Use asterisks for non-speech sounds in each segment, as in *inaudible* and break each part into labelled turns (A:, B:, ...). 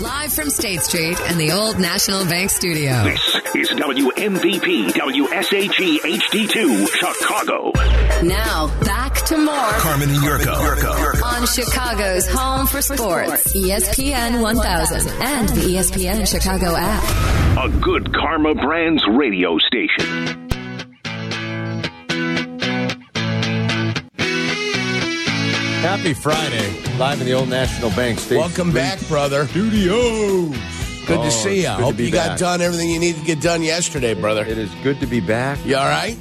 A: Live from State Street and the Old National Bank Studio.
B: This is WMVP WSHE HD2 Chicago.
A: Now, back to more
C: Carmen and Yurko.
A: on Chicago's Home for Sports, E ESPN 1000, and the E ESPN Chicago app.
B: A good Karma Brands radio station.
D: Happy Friday, live in the old National Bank Station.
E: Welcome back, brother.
D: studios.
E: Oh, Good to see you.
D: I
E: Hope you got done everything you need to get done yesterday, brother.
D: It is good to be back.
E: You all right?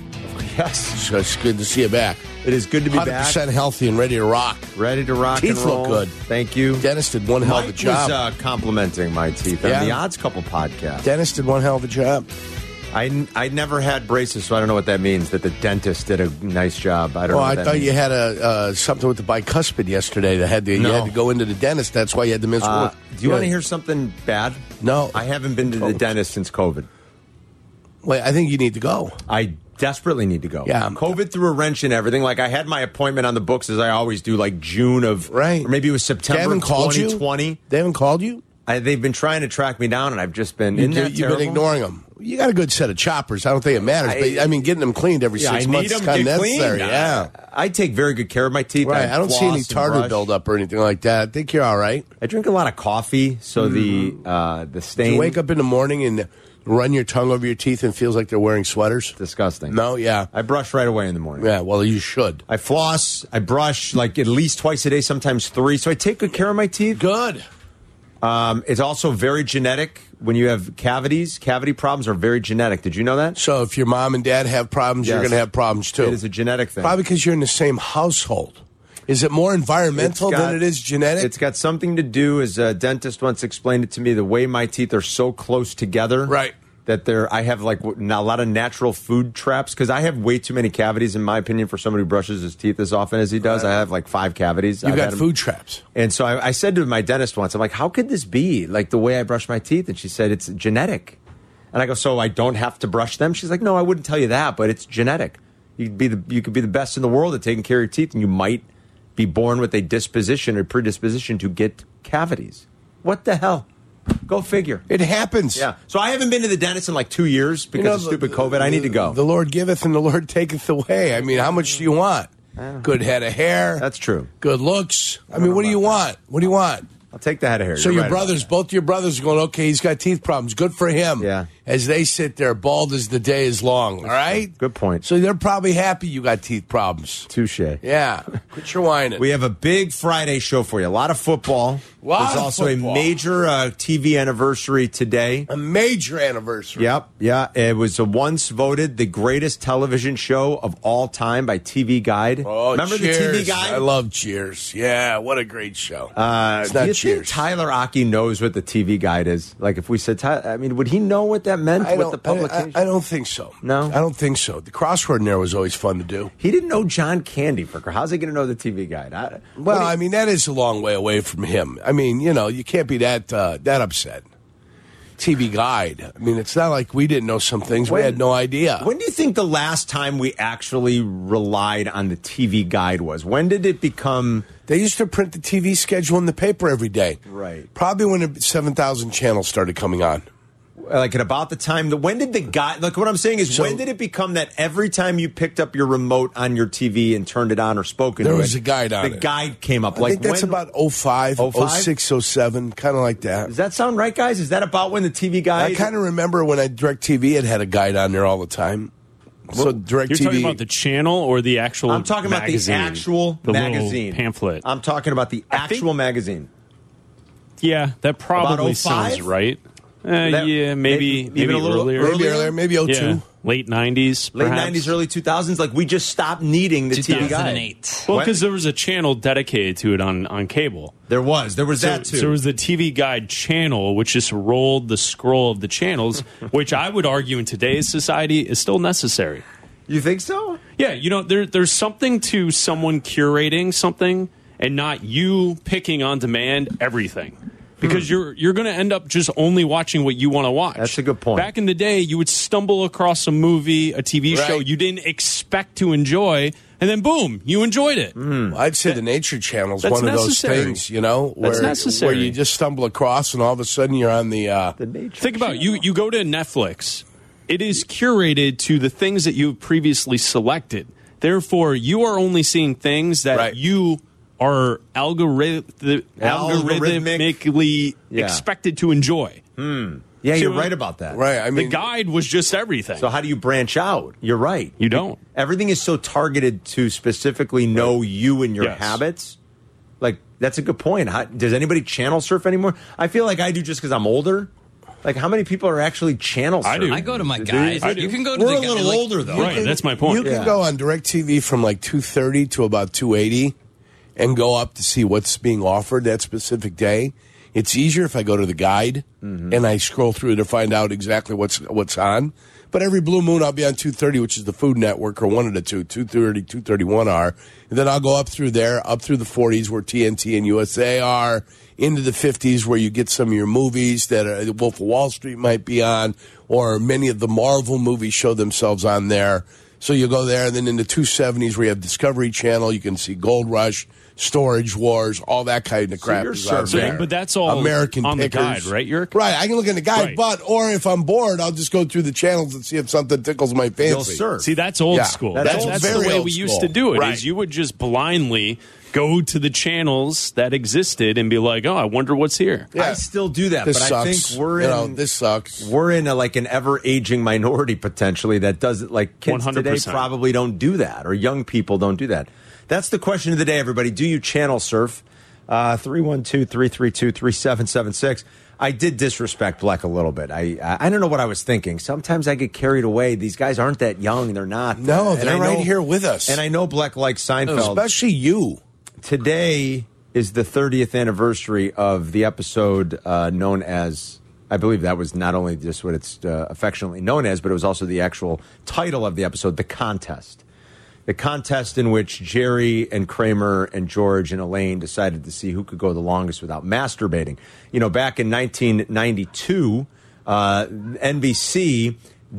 D: Yes,
E: So it's good to see you back.
D: it is good to be
E: 100%
D: back.
E: healthy and ready to rock.
D: Ready to rock
E: Teeth
D: and roll.
E: look good.
D: Thank you.
E: Dennis did one hell
D: Mike
E: of a
D: was
E: job.
D: uh, complimenting my teeth
E: Yeah.
D: on the Odds Couple podcast.
E: Dennis did one hell of a job.
D: I n- I never had braces, so I don't know what that means. That the dentist did a nice job. I don't.
E: Well,
D: know what
E: Oh, I
D: that
E: thought you
D: means.
E: had a uh, something with the bicuspid yesterday. That had to, you
D: No.
E: had to go into the dentist. That's why you had to miss
D: Uh,
E: work.
D: do you want to
E: Yeah.
D: hear something bad?
E: No.
D: I haven't been to the
E: COVID.
D: dentist since COVID.
E: Wait, I think you need to go.
D: I desperately need to go.
E: Yeah.
D: COVID threw a wrench in everything. Like I had my appointment on the books as I always do, like June of
E: Right.
D: or maybe it was
E: they
D: September
E: haven't called
D: twenty
E: you.
D: twenty.
E: They haven't called you.
D: I, they've been trying to track me down, and I've just been in that
E: you have been
D: terrible-
E: ignoring them. You got a good set of choppers. I don't think it matters.
D: I-
E: but I mean, getting them cleaned every
D: Yeah, I
E: six
D: need
E: months
D: them
E: is kind of
D: get
E: necessary.
D: cleaned.
E: Yeah.
D: I, I take very good care of my teeth.
E: Right. I don't see any
D: floss and
E: tartar
D: brush.
E: buildup or anything like that. I think you're all right.
D: I drink a lot of coffee, so the uh, the
E: Do
D: stain.
E: Mm-hmm. you wake up in the morning and run your tongue over your teeth and it feels like they're wearing sweaters?
D: disgusting.
E: No, yeah.
D: I brush right away in the morning.
E: Yeah, well, you should.
D: I floss. I brush like at least twice a day, sometimes three. So I take good care of my teeth.
E: Good.
D: Um, it's also very genetic. When you have cavities, cavity problems are very genetic. Did you know that?
E: So if your mom and dad have problems, you're
D: Yes.
E: going to have problems too.
D: It is a genetic thing.
E: Probably because you're in the same household. Is it more
D: It's
E: environmental
D: got-
E: than it is genetic?
D: It's got something to do, as a dentist once explained it to me, the way my teeth are so close together.
E: Right.
D: That they're, I have like w- not a lot of natural food traps because I have way too many cavities, in my opinion, for somebody who brushes his teeth as often as he does. I have like five cavities.
E: you
D: I've
E: got
D: had 'em-
E: food traps.
D: And so I, I said to my dentist once, I'm like, how could this be? Like the way I brush my teeth? And she said, it's genetic. And I go, so I don't have to brush them? She's like, no, I wouldn't tell you that, but it's genetic. You'd be the, you could be the best in the world at taking care of your teeth, and you might be born with a disposition or predisposition to get cavities. What the hell? Go figure.
E: It happens.
D: Yeah. So I haven't been to the dentist in like two years because
E: You know,
D: of
E: the-
D: stupid COVID. I need to go.
E: The Lord giveth and the Lord taketh away. I mean, how much do you want? Good head of hair.
D: That's true.
E: Good looks. I mean, what do you want? What do you want?
D: I'll take the head of hair.
E: So
D: You're
E: your
D: right about
E: brothers, both your brothers, are going. Okay, he's got teeth problems. Good for him.
D: Yeah.
E: As they sit there, bald as the day is long. all right.
D: Good point.
E: So they're probably happy you got teeth problems.
D: that. Touche. *laughs*
E: Yeah. Quit your whining.
D: We have a big Friday show for you. A lot of football.
E: Lot
D: There's
E: of
D: also
E: football.
D: a major uh, TV anniversary today.
E: a major anniversary.
D: Yep, yeah. It was once voted the greatest television show of all time by TV Guide.
E: Oh,
D: Remember the TV
E: Cheers.
D: Guide?
E: I love Cheers. Yeah, what a great show.
D: Uh,
E: it's
D: do
E: not
D: you
E: Cheers.
D: think Tyler Aki knows what the TV Guide is? Like, if we said, Ty- I mean, would he know what that meant?
E: I
D: what
E: don't,
D: the
E: I- I-
D: publication?
E: I, don't think so.
D: No?
E: I don't think so. The crossword in there was always fun to do.
D: he didn't know John Candy. For how's he going to know the TV Guide? I,
E: Well,
D: what do you-
E: I mean, that is a long way away from him. I mean, you know, you can't be that uh, that upset. TV guide. I mean, it's not like we didn't know some things. we
D: When-
E: had no idea.
D: When do you think the last time we actually relied on the TV Guide was? When did it become?
E: they used to print the TV schedule in the paper every day.
D: Right.
E: Probably when the 7,000 channels started coming on.
D: like at about the time the when did the guy like what I'm saying is
E: So-
D: when did it become that every time you picked up your remote on your TV and turned it on or spoke into
E: There
D: it,
E: was a guide on
D: the
E: it.
D: guide came up
E: I
D: like
E: think that's
D: when-
E: about 05,
D: 05?
E: 06, 07, kind of oh like that.
D: does that sound right guys is that about when the TV guide
E: I kind of remember when I DirecTV had had a guide on there all the time. So DirecTV.
F: You're talking about the channel or the actual?
D: I'm talking about
F: magazine?
D: the actual
F: The little
D: magazine Um,
F: pamphlet.
D: I'm talking about the
F: I think-
D: actual magazine
F: yeah, that probably
D: 05?
F: sounds right. Uh,
D: That-
F: yeah,
D: maybe-
F: maybe maybe,
D: even a little oh
F: earlier.
E: maybe earlier, maybe 02.
F: Yeah, late '90s,
D: late
F: perhaps.
D: 90s early 2000s like we just stopped needing the TV guide
G: 2008.
F: Well,
D: What?
F: because there was a channel dedicated to it on on cable.
D: there was there was
F: So,
D: that too
F: so there was the TV Guide channel, which just rolled the scroll of
D: *laughs*
F: the channels, which I would argue in today's society is still necessary.
D: you think so
F: Yeah, you know, there, there's something to someone curating something and not you picking on demand everything. Because you're you're going to end up just only watching what you want to watch.
D: Hmm. That's a good point.
F: Back in the day, you would stumble across a movie, a TV show
E: Right.
F: you didn't expect to enjoy and then boom, you enjoyed it.
D: Hmm.
E: I'd say the Nature Channel is
F: Hmm. That's
E: one of
F: necessary.
E: those things, you know, where,
F: That's necessary.
E: where you just stumble across and all of a sudden you're on the. Uh,
D: The nature.
F: Think about it. you. You go to Netflix. It is curated to the things that you've previously selected. Therefore, you are only seeing things that
E: Right.
F: you are algorith- algorithmically
D: Yeah.
F: expected to enjoy.
D: Yeah, you're
F: to-
D: right about that.
E: right. I
F: the
E: mean,
F: guide was just everything.
D: So how do you branch out? You're right.
F: you don't.
D: Everything is so targeted to specifically know you and your
F: Yes.
D: habits. Like that's a good point. How, does anybody channel surf anymore? I feel like I do just because I'm older. Like how many people are actually channel?
F: I do.
D: surfing?
C: I go to my
D: Do you?
C: guys.
F: I do.
C: You can go to
D: We're
C: the
D: a
C: guy-
D: little
C: like-
D: older though.
F: Right. that's my point.
E: You can
D: Yeah.
E: go on DirecTV from like 2.30 to about 2.80 and go up to see what's being offered that specific day. It's easier if I go to the guide and I scroll through to find out exactly what's what's on. But every blue moon I'll be on 2.30, which is the Food Network, or one of the two, 2.30, 2.31 are. And then I'll go up through there, up through the 40s where TNT and USA are, into the 50s where you get some of your movies that are, Wolf of Wall Street might be on, or many of the Marvel movies show themselves on there. So you go there, and then in the 270s, we have Discovery Channel. You can see Gold Rush, Storage Wars, all that kind of crap.
D: you're
E: is on
D: serving-
E: there.
F: So, but that's all
E: American
F: on the
E: Pickers.
F: guide, right, Yurk?
E: Right. I can look in the guide,
F: Right.
E: but or if I'm bored, I'll just go through the channels and see if something tickles my fancy.
D: You'll surf.
F: See, that's old
E: Yeah.
F: school.
E: That's
F: That's,
E: old-
F: that's the
E: very
F: way
E: old
F: we used
E: school.
F: to do it. Is
E: Right.
F: you would just blindly go to the channels that existed and be like, "Oh, I wonder what's here."
D: I still do that,
E: This
D: but I
E: sucks.
D: think we're
E: you
D: in
E: know, this sucks.
D: we're in a, like an ever aging minority potentially that does it like kids today
F: 100%.
D: probably don't do that or young people don't do that that's the question of the day everybody do you channel surf uh, 312-332-3776 i did disrespect bleck a little bit I, I i don't know what i was thinking sometimes i get carried away these guys aren't that young they're not
E: No,
D: And I
E: they're right
D: know-
E: here with us.
D: and i know bleck likes seinfeld
E: Especially you.
D: today is the 30th anniversary of the episode uh, known as I believe that was not only just what it's uh, affectionately known as, but it was also the actual title of the episode, The Contest. The contest in which Jerry and Kramer and George and Elaine decided to see who could go the longest without masturbating. You know, back in 1992, uh, NBC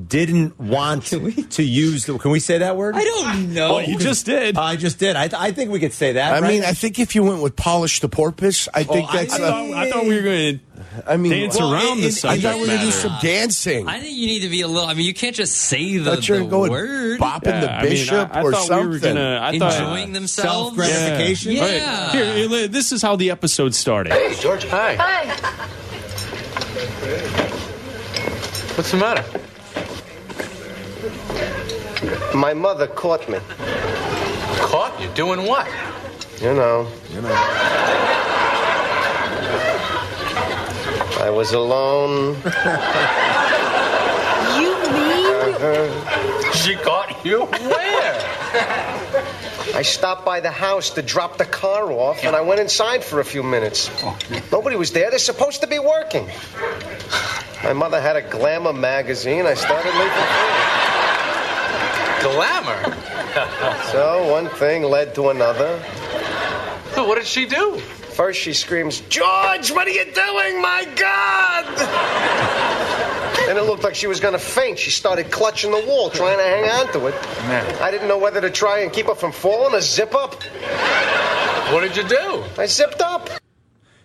D: didn't want to use the. Can we say that word?
C: I don't know.
F: Oh, you just did.
E: uh,
D: I just did. I, I think we could say that.
E: I
D: right?
E: mean, I think if you went with Polish the Porpoise, I think
D: I-
E: that's.
F: I,
E: a-
F: thought, I thought we were going
E: I mean,
F: dance around the
E: I thought
F: subject
E: we were going to do
F: matter.
E: some dancing.
C: I think you need to be a little. I mean, you can't just say the,
E: thought you were
C: the
E: going
C: word.
F: to.
E: bopping the bishop
F: I, I
E: or
F: thought
E: something.
F: we were going to. I thought.
C: enjoying themselves.
D: uh, Self-gratification?
C: Yeah.
F: Right. Here, here, li- this is how the episode started.
G: Georgia. Hi.
H: Hi.
G: What's the matter?
I: My mother caught me.
G: Caught you doing what?
I: You know. You know. I was alone.
H: *laughs* You mean?
I: Uh-huh.
G: She caught you? Where?
I: I stopped by the house to drop the car off, and I went inside for a few minutes. Nobody was there. They're supposed to be working. My mother had a glamour magazine. I started leaving.
G: Glamour.
I: *laughs* So one thing led to another.
G: So what did she do?
I: First, she screams, George, what are you doing? My God! And it looked like she was going to faint. She started clutching the wall, trying to hang on to it. I didn't know whether to try and keep her from falling or zip up.
G: What did you do?
I: I zipped up.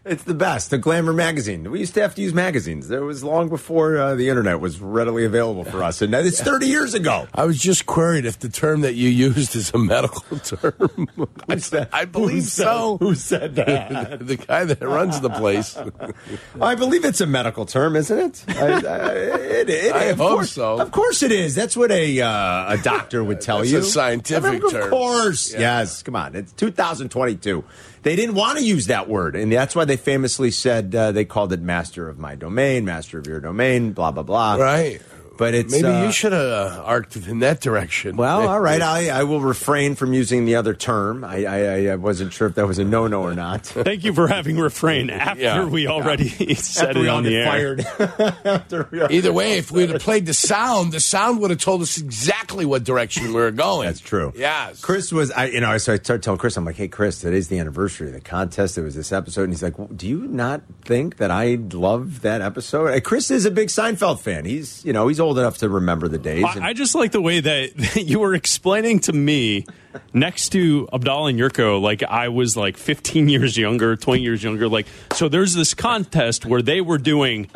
D: It's the best. The Glamour magazine. We used to have to use magazines. There was long before uh, the internet was readily available for us, and that it's 30 years ago.
E: I was just queried if the term that you used is a medical *laughs* term.
D: What's that?
E: I believe
D: Who said-
E: so.
D: Who said that?
E: the guy that runs
D: *laughs*
E: the place.
D: I believe it's a medical term, isn't it? I, I, it, it
E: I
D: of
E: hope
D: course,
E: so.
D: Of course it is. That's what a uh, a doctor would tell
E: That's
D: you.
E: a scientific
D: I mean,
E: term.
D: Of course.
E: Yeah.
D: Yes. Come on. It's 2022. They didn't want to use that word, and that's why they famously said uh, they called it "master of my domain," "master of your domain," blah blah blah.
E: right.
D: But it's
E: Maybe
D: uh,
E: you should have uh, arced in that direction. *laughs*
D: Well, all right. I, I will refrain from using the other term. I, I, I wasn't sure if that was a no no or not. *laughs*
F: Thank you for having refrain after
E: Yeah.
F: we already *laughs* said
D: After
F: it
D: we
F: on
D: all
F: the
D: get
F: air.
D: Fired. After we all-
E: Either way, if we'd have played the sound, the sound would have told us exactly what direction we were going.
D: That's true.
E: Yes.
D: Chris was, I, you know, so I started telling Chris, I'm like, hey, Chris, today's the anniversary of the contest. It was this episode. And he's like, well, do you not think that I love that episode? And Chris is a big Seinfeld fan. He's, you know, he's old old enough to remember the days. and-
F: I, I just like the way that, *laughs* that you were explaining to me next to Abdallah and Yurko, like I was like 15 years younger, 20 years younger. Like, so there's this contest where they were doing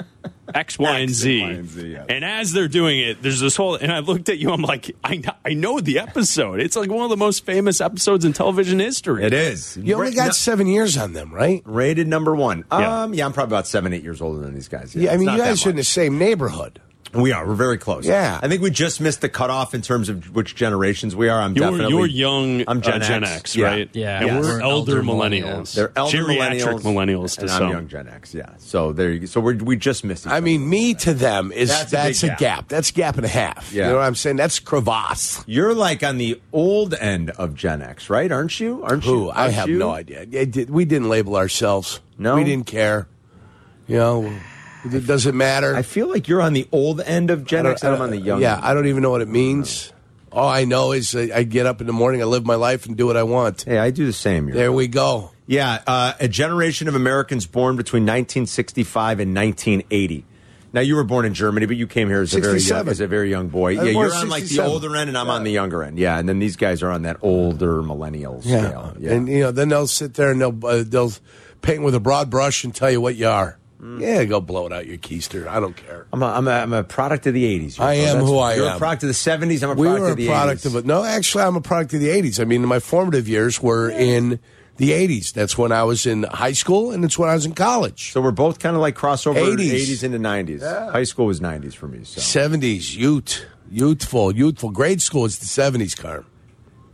F: X, Y, and Z.
D: Y, and Z, yes.
F: And as they're doing it, there's this whole, and I looked at you, I'm like, I, kn- I know the episode. It's like one of the most famous episodes in television history.
D: it is.
E: You only
D: Ra-
E: got
D: no-
E: seven years on them, right?
D: rated number one.
F: Yeah.
D: Um, yeah, I'm probably about seven, eight years older than these guys.
E: Yeah, I
D: it's
E: mean,
D: not
E: you
D: that
E: guys are in the
D: much.
E: same neighborhood.
D: We are. We're very close.
E: Yeah.
D: I think we just missed the cutoff in terms of which generations we are. I'm
F: You're,
D: definitely.
F: you're young
D: I'm Gen,
F: uh, Gen
D: X,
F: X,
D: Yeah.
F: right?
C: Yeah,
F: And
C: yes.
F: we're,
C: We're
F: elder
C: elder
F: millennials.
C: millennials.
D: They're elder
F: Geriatric
D: millennials,
F: millennials to
D: and
F: some.
D: I'm young Gen X. Yeah. So there you go. So we're, we just missed. Each
E: I
D: other.
E: mean, me to them is that's,
D: That's a big
E: a, gap.
D: gap.
E: That's a gap and a half.
D: Yeah.
E: You know what I'm saying? That's crevasse.
D: you're like on the old end of Gen X, right? Aren't you? Aren't
E: Who?
D: you?
E: I
D: Aren't
E: have
D: you?
E: no idea. It did- we didn't label ourselves.
D: No?
E: we didn't care. You know, it doesn't matter.
D: I feel like you're on the old end of Gen X, and I'm on the young.
E: Yeah,
D: end.
E: I don't even know what it means. All I know is I, I get up in the morning, I live my life, and do what I want.
D: Hey, I do the same. You're
E: There we go.
D: Yeah, uh, a generation of Americans born between 1965 and 1980. Now you were born in Germany, but you came here as a very young,
E: 67.
D: as a very young boy.
E: I was
D: Yeah,
E: born
D: you're on like the
E: 67.
D: older end, and I'm on the younger end. Yeah, and then these guys are on that older millennial
E: Yeah.
D: scale. Yeah,
E: and you know, then they'll sit there and they'll uh, they'll paint with a broad brush and tell you what you are.
D: Mm.
E: Yeah, go blow it out your keister. I don't care.
D: I'm, a, I'm, a, I'm a product of the 80s.
E: I
D: Yoko.
E: am who I
D: you're
E: am.
D: a product of the 70s. I'm a
E: we
D: product
E: were
D: of
E: a
D: the
E: product
D: 80s.
E: of it. No, actually, I'm a product of the '80s. I mean, my formative years were in the '80s. That's when I was in high school, and it's when I was in college.
D: so we're both kind of like crossover
E: 80s.
D: 80s, 80s into 90s. High school was 90s for me. So
E: '70s, youth, youthful, youthful. Grade school is the '70s, Carm.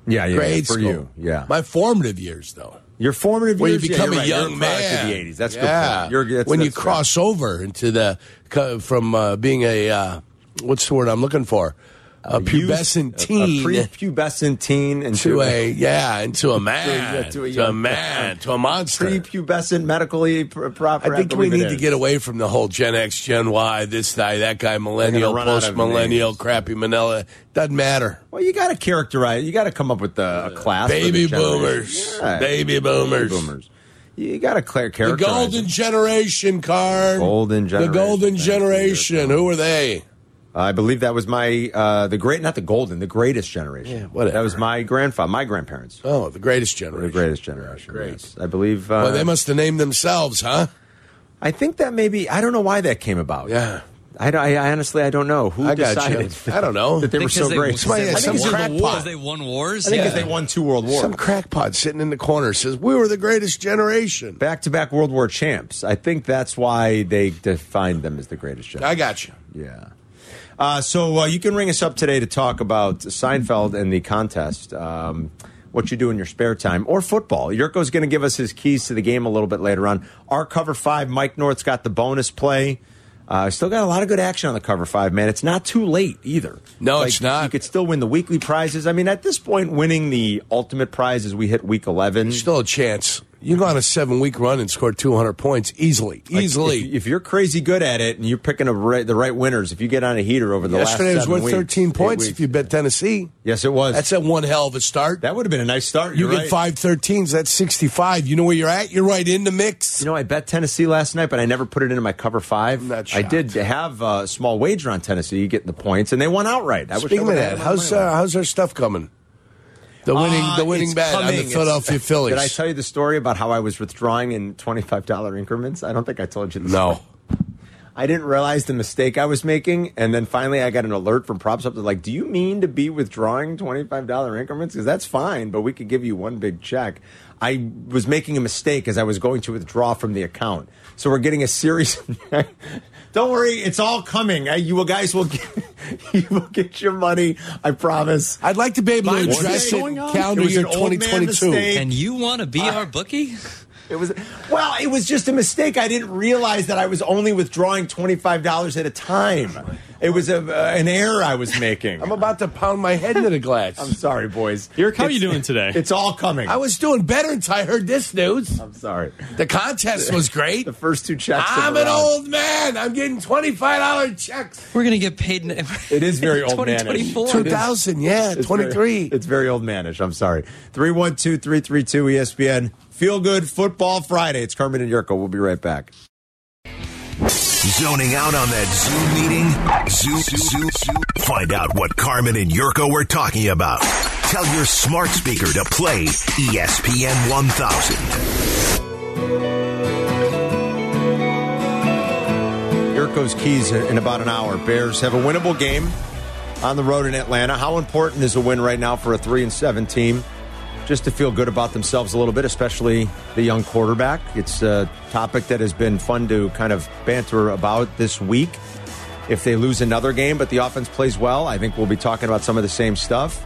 D: yeah, yeah,
E: Grade
D: for
E: school.
D: you. Yeah,
E: My formative years, though.
D: your formative
E: When you
D: years. yeah,
E: become
D: you're
E: a
D: right. You're
E: young
D: product
E: man,
D: of the 80s. That's a
E: Yeah.
D: good. Point. You're, that's,
E: when you
D: that's fair.
E: cross over into the co- from uh, being a uh, what's the word I'm looking for, a pubescent
D: youth- a-
E: teen
D: a prepubescent teen, and *laughs*
E: to a yeah into a man
D: yeah, *laughs*
E: to
D: to
E: a,
D: a young-
E: man to a monster.
D: prepubescent medically pr- proper.
E: I think we
D: believe it
E: need to
D: is.
E: get away from the whole Gen X, Gen Y, this guy, that guy, millennial,
D: run out of
E: post millennial,
D: names.
E: crappy manila. Doesn't matter.
D: Well, you got to characterize. You got to come up with a, a class. for
E: Baby
D: the generation.
E: boomers.
D: Yeah.
E: Baby boomers.
D: boomers. You got to clear
E: The
D: characterize.
E: golden
D: it.
E: generation, Carm.
D: Golden generation.
E: The golden
D: Thank you,
E: generation.
D: Yoko.
E: Who are they?
D: I believe that was my uh, the great, not the golden, the greatest generation.
E: Yeah, whatever.
D: That was my grandfather, my grandparents.
E: Oh, the greatest
D: were The
E: generation.
D: greatest generation.
E: Great.
D: yes. I believe. Uh,
E: Well, they must have named themselves, huh?
D: I think that maybe I don't know why that came about.
E: Yeah.
D: I, don't- I honestly I don't know who
E: I got *laughs* you.
D: decided.
E: I don't know.
D: that they were
C: Because
D: so
C: they-
D: great.
C: because
E: Somebody-
C: they
E: I
C: won
E: think it's
C: wars.
E: some crackpot.
C: They won wars.
D: I think
C: yeah.
D: if they won two world wars,
E: Some crackpot sitting in the corner says, We were the greatest generation.
D: back to back World War champs. I think that's why they defined them as the greatest
E: I
D: generation.
E: got you.
D: yeah. Uh, so uh, you can ring us up today to talk about Seinfeld and the contest, um, what you do in your spare time, or football. Yurko's going to give us his keys to the game a little bit later on. Our cover five, Mike North's got the bonus play. Uh, still got a lot of good action on the cover five, man. It's not too late either.
E: No, it's not.
D: You could still win the weekly prizes. I mean, at this point, winning the ultimate prize as we hit week eleven.
E: Still a chance. You go on a seven week run and score 200 points easily.
D: Like,
E: Easily.
D: If, if you're crazy good at it and you're picking a right, the right winners, if you get on a heater over the
E: Yesterday
D: last
E: was
D: seven
E: worth
D: weeks,
E: 13
D: eight
E: points
D: weeks.
E: if you bet Tennessee.
D: yes, it was.
E: That's at one hell of a start.
D: that would have been a nice start.
E: you
D: you're
E: get
D: right.
E: five 13s, that's 65. You know where you're at? You're right in the mix.
D: You know, I bet Tennessee last night, but I never put it into my cover five.
E: I'm not
D: I did
E: shocked.
D: have a small wager on Tennessee, getting the points, and they won outright. I wish I
E: Speaking of
D: would've
E: that,
D: had my
E: how's,
D: money
E: uh,
D: on it.
E: how's our stuff coming? The winning,
D: Uh,
E: the winning
D: it's
E: bet on
D: coming.
E: the
D: It's-
E: Philadelphia Phillies.
D: *laughs* Did I tell you the story about how I was withdrawing in twenty five dollar increments? I don't think I told you. This
E: No.
D: I didn't realize the mistake I was making, and then finally I got an alert from Props Up. They're like, "Do you mean to be withdrawing twenty five dollar increments? Because that's fine, but we could give you one big check." I was making a mistake as I was going to withdraw from the account, so we're getting a series. *laughs* Don't worry, it's all coming. Uh, You guys will get, *laughs* you will get your money. I promise.
E: I'd like to be able to
D: Mine was
E: address
D: going
E: it
D: on.
E: calendar
D: It was
E: year
D: an old man
E: 2022.
D: mistake.
C: and you want to be our bookie?
D: It was well, it was just a mistake. I didn't realize that I was only withdrawing twenty five dollars at a time. It was a, uh, an error I was making.
E: I'm about to pound my head into
D: *laughs*
E: the
D: I'm
E: glass.
D: sorry, boys.
F: Eric, how you doing today?
D: It's all coming.
E: I was doing better until I heard this news.
D: I'm sorry.
E: The contest was
D: *laughs*
E: great.
D: The first two checks. of
E: I'm
D: the
E: an
D: round.
E: old man. I'm getting $25 checks.
C: We're gonna get paid. In,
D: It is very old
C: Twenty
D: man-ish.
C: twenty four.
E: 2000, yeah,
D: It's
E: 23.
D: Very, it's very old manish. I'm sorry. 312 332 ESPN. Feel good football Friday. It's Carmen and Yurko. We'll be right back.
H: Zoning out on that Zoom meeting? Zoom, Zoom, Zoom. Find out what Carmen and Yurko were talking about. Tell your smart speaker to play E ESPN 1000.
D: Yurko's keys in in about an hour. Bears have a winnable game on the road in Atlanta. How important is a win right now for a three and seven team? Just to feel good about themselves a little bit, especially the young quarterback. It's a topic that has been fun to kind of banter about this week. If they lose another game, but the offense plays well, I think we'll be talking about some of the same stuff.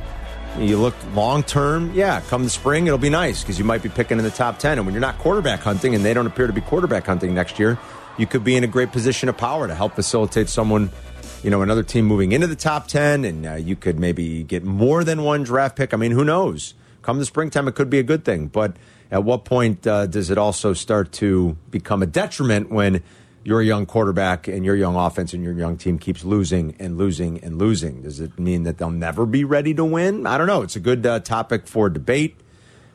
D: You look long term, yeah, come the spring, it'll be nice because you might be picking in the top 10. And when you're not quarterback hunting and they don't appear to be quarterback hunting next year, you could be in a great position of power to help facilitate someone, you know, another team moving into the top 10. And uh, you could maybe get more than one draft pick. I mean, who knows? Come the springtime, it could be a good thing. But at what point uh, does it also start to become a detriment when your young quarterback and your young offense and your young team keeps losing and losing and losing. Does it mean that they'll never be ready to win? I don't know. It's a good uh, topic for debate.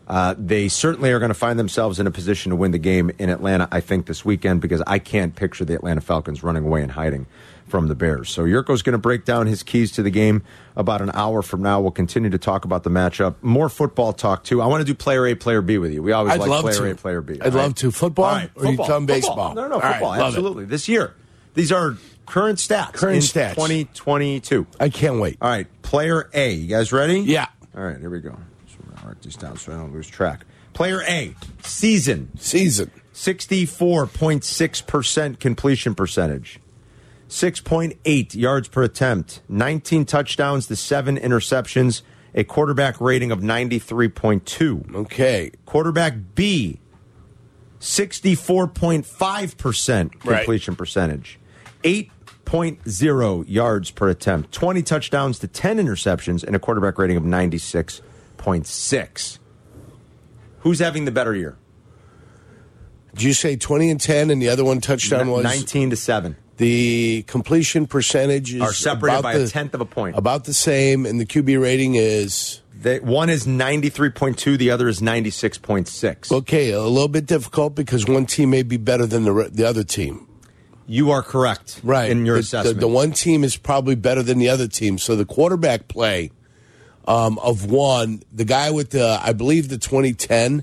D: Uh, they certainly are going to find themselves in a position to win the game in Atlanta, I think, this weekend because I can't picture the Atlanta Falcons running away and hiding from the Bears. So Yurko's going to break down his keys to the game about an hour from now. We'll continue to talk about the matchup. More football talk, too. I want to do player A, player B with you. We always
E: I'd
D: like
E: love
D: player
E: to.
D: A, player B.
E: I'd love to. Football?
D: All
E: Or you talking baseball?
D: No, no,
E: All right,
D: football.
E: love it.
D: absolutely. This year. These are current stats.
E: Current
D: in
E: stats.
D: 2022.
E: I can't wait.
D: All right, player A. You guys ready?
E: Yeah.
D: All right, here we go. So we're gonna mark this down so I don't lose track. Player A, season
E: Season.
D: 64.6% completion percentage, 6.8 yards per attempt, 19 touchdowns to seven interceptions, a quarterback rating of 93.2.
E: Okay.
D: Quarterback B, 64.5%
E: Right.
D: completion percentage, 8.0 yards per attempt, 20 touchdowns to 10 interceptions, and a quarterback rating of 96.6. Who's having the better year?
E: Did you say 20 and 10 and the other one touchdown was
D: 19 to 7.
E: the completion percentage is
D: Are separated
E: about
D: by a
E: the-
D: tenth of a point.
E: About the same and the QB rating is
D: They, one is 93.2, the other is 96.6.
E: okay, a little bit difficult because one team may be better than the re- the other team.
D: you are correct in your
E: the,
D: assessment.
E: The, the one team is probably better than the other team. So the quarterback play um, of one, the guy with the, I believe the 2010,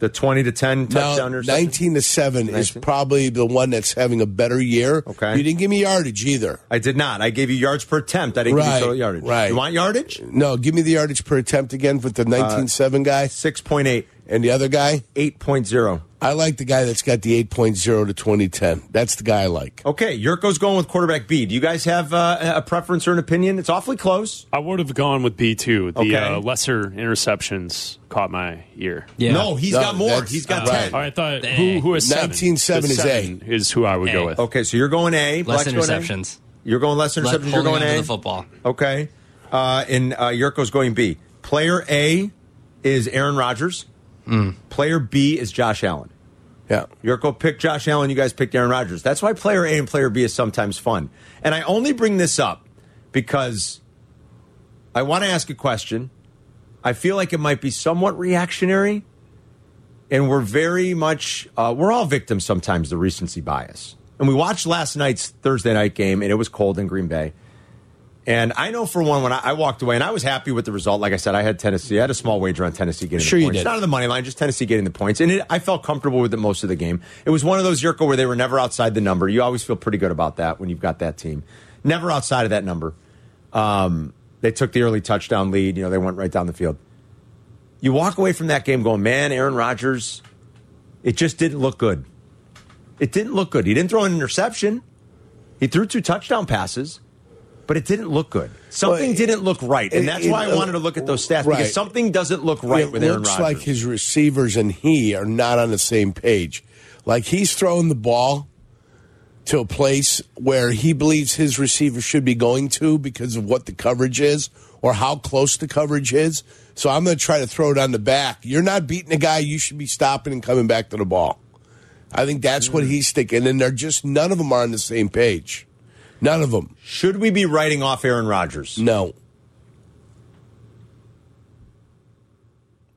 D: The 20 to 10
E: now,
D: touchdown interception.
E: 19 to 7 is
D: 19.
E: probably the one that's having a better year.
D: Okay.
E: You didn't give me yardage either.
D: I did not. I gave you yards per attempt. I didn't give you
E: Right,
D: total yardage.
E: right.
D: You want yardage?
E: No, give me the yardage per attempt again with
D: Uh,
E: the 19 7 guy
D: 6.8,
E: and the other guy.
D: 8.0.
E: I like the guy that's got the 8.0 to 2010. That's the guy I like.
D: Okay, Yurko's going with quarterback B. Do you guys have uh, a preference or an opinion? It's awfully close.
F: I would have gone with B two. The
D: Okay.
F: uh, lesser interceptions caught my ear.
C: Yeah.
D: No, he's
E: No,
D: got more.
E: that's-
D: He's got
E: uh,
F: All
D: 10.
F: right, I thought
C: Dang.
F: who who is seven?
E: 19-7
F: The
E: is A.
F: seven is who I would
C: A.
F: go with.
D: Okay, so you're going A.
C: Less
D: Black's going A?
C: interceptions.
D: You're going less
C: Left
D: interceptions. You're
C: holding
D: going
C: onto
D: A.
C: the football.
D: Okay. Uh, and uh, Yurko's going B. Player A is Aaron Rodgers.
C: Hmm.
D: Player B is Josh Allen.
E: Yeah.
D: Yurko picked Josh Allen. You guys picked Aaron Rodgers. That's why player A and player B is sometimes fun. And I only bring this up because I want to ask a question. I feel like it might be somewhat reactionary, and we're very much uh, we're all victims sometimes to recency bias. And we watched last night's Thursday night game, and it was cold in Green Bay. And I know for one, when I, I walked away, and I was happy with the result. Like I said, I had Tennessee. I had a small wager on Tennessee getting
E: Sure
D: the
E: you
D: points,
E: did.
D: not on the money line, just Tennessee getting the points. And it, I felt comfortable with it most of the game. It was one of those Yurko where they were never outside the number. You always feel pretty good about that when you've got that team, never outside of that number. Um, they took the early touchdown lead. You know, they went right down the field. You walk away from that game going, man, Aaron Rodgers, it just didn't look good. It didn't look good. He didn't throw an interception. He threw two touchdown passes, but it didn't look good. Something
E: it-
D: didn't look right, and
E: it-
D: that's
E: it-
D: why I wanted to look at those stats
E: right.
D: because something doesn't look right
E: it
D: with Aaron
E: looks
D: Rodgers.
E: like his receivers and he are not on the same page. Like he's throwing the ball to a place where he believes his receiver should be going to because of what the coverage is or how close the coverage is. So I'm going to try to throw it on the back. You're not beating a guy. You should be stopping and coming back to the ball. I think that's
D: Hmm.
E: what he's thinking. And they're just none of them are on the same page. None of them.
D: Should we be writing off Aaron Rodgers?
E: No.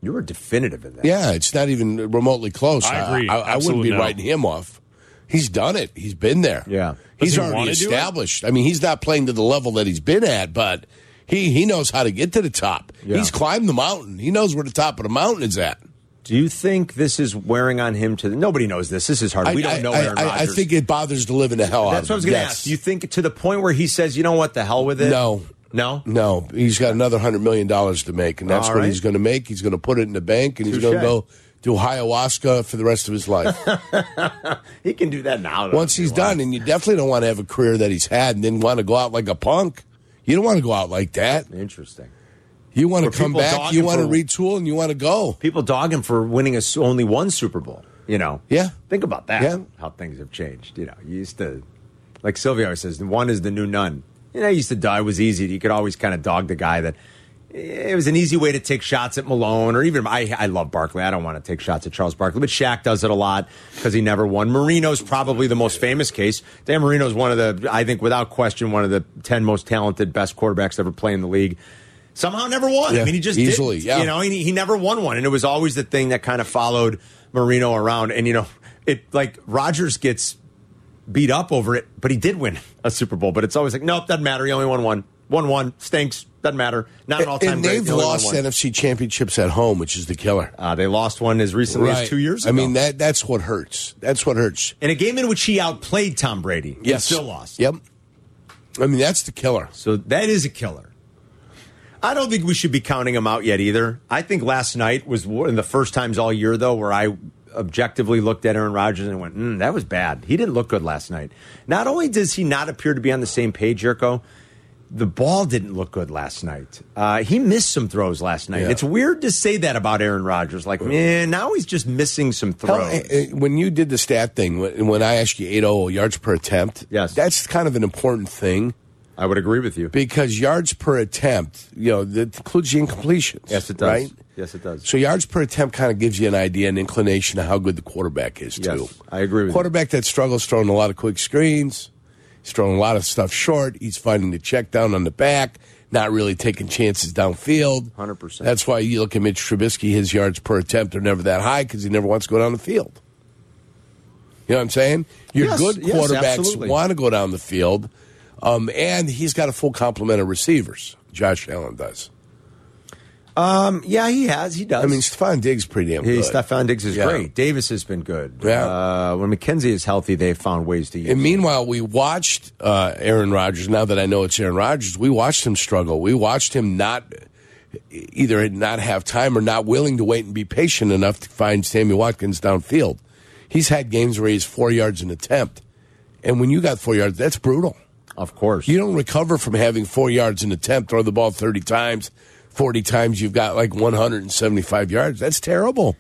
D: You were definitive in that.
E: Yeah, it's not even remotely close.
F: I agree.
E: I, I wouldn't
F: Absolutely
E: be
F: no.
E: writing him off. He's done it. He's been there.
D: Yeah. Does
E: He's
F: he
E: already
F: wanna do it?
E: established. I mean, he's not playing to the level that he's been at, but he, he knows how to get to the top.
D: Yeah.
E: He's climbed the mountain. He knows where the top of the mountain is at.
D: Do you think this is wearing on him to the, nobody knows this. This is hard. We
E: I,
D: don't know
E: I,
D: Aaron
E: I, I
D: Rodgers.
E: think it bothers the living the hell out
D: that's
E: of
D: what I
E: him.
D: was going to
E: Yes.
D: ask. You think to the point where he says, "You know what? The hell with it."
E: No. Mm.
D: No.
E: No, he's got another hundred million dollars to make, and that's
D: All
E: what
D: right.
E: he's going to make. He's going to put it in the bank, and he's
D: Touche.
E: going to go do ayahuasca for the rest of
D: *laughs*
E: his life.
D: He can do that now. though,
E: Once
D: if he
E: he's
D: wants.
E: done, and you definitely don't want to have a career that he's had, and then want to go out like a punk. You don't want to go out like that.
D: Interesting.
E: You want to
D: Were
E: come
D: people
E: back.
D: dogging
E: You want to
D: for-
E: retool, and you want to go.
D: People dog him for winning a, s- only one Super Bowl. You know.
E: Yeah.
D: Think about that.
E: Yeah.
D: How things have changed. You know, you used to, like Sylvia always says, one is the new nun. You know, you used to die was easy. You could always kind of dog the guy that. It was an easy way to take shots at Malone, or even I. I love Barkley. I don't want to take shots at Charles Barkley, but Shaq does it a lot because he never won. Marino's probably the most famous case. Dan Marino's one of the, I think, without question, one of the ten most talented, best quarterbacks to ever play in the league. Somehow never won. I
E: Yeah,
D: mean, he just
E: easily,
D: didn't,
E: yeah.
D: You know, and he, he never won one, and it was always the thing that kind of followed Marino around. And you know, it like Rogers gets beat up over it, but he did win a Super Bowl. But it's always like, nope, doesn't matter. He only won one. One one stinks. Doesn't matter. Not an all time
E: And
D: great.
E: they've
D: He only won
E: lost
D: one.
E: NFC championships at home, which is the killer.
D: Uh, they lost one as recently as two years ago.
E: I mean, that that's what hurts. That's what hurts.
D: in a game in which he outplayed Tom Brady, he
E: Yes.
D: still lost.
E: Yep. I mean, that's the killer.
D: So that is a killer. I don't think we should be counting him out yet either. I think last night was one of the first times all year, though, where I objectively looked at Aaron Rodgers and went, mm, that was bad. He didn't look good last night. Not only does he not appear to be on the same page, Jerko, the ball didn't look good last night. Uh, he missed some throws last night.
E: Yeah.
D: It's weird to say that about Aaron Rodgers. Like, man, now he's just missing some
E: Tell-
D: throws.
E: eh, eh, when you did the stat thing, when, when I asked you 8 yards per attempt,
D: Yes.
E: that's kind of an important thing
D: I would agree with you.
E: because yards per attempt, you know, that includes the incompletions.
D: Yes, it does.
E: Right?
D: Yes, it does.
E: So yards per attempt kind of gives you an idea, an inclination of how good the quarterback is,
D: Yes,
E: too.
D: I agree with you.
E: Quarterback that struggles throwing a lot of quick screens, he's throwing a lot of stuff short, he's finding the check down on the back, not really taking chances downfield.
D: 100%.
E: That's why you look at Mitch Trubisky, his yards per attempt are never that high because he never wants to go down the field. You know what I'm saying? Your
D: Yes,
E: good
D: yes,
E: quarterbacks
D: absolutely.
E: want to go down the field, um, and he's got a full complement of receivers. Josh Allen does.
D: yeah, he has. He does.
E: I mean, Stephon Diggs pretty damn
D: Hey,
E: good.
D: Stefan Diggs is
E: Yeah.
D: great. Davis has been good.
E: Yeah.
D: Uh, when McKenzie is healthy, they've found ways to use
E: And
D: him.
E: meanwhile, we watched uh, Aaron Rodgers. Now that I know it's Aaron Rodgers, we watched him struggle. We watched him not either not have time or not willing to wait and be patient enough to find Sammy Watkins downfield. He's had games where he's four yards an attempt, and when you got four yards, that's brutal.
D: Of course.
E: You don't recover from having four yards an attempt, throw the ball thirty times, forty times. You've got like one hundred and seventy-five yards. That's terrible.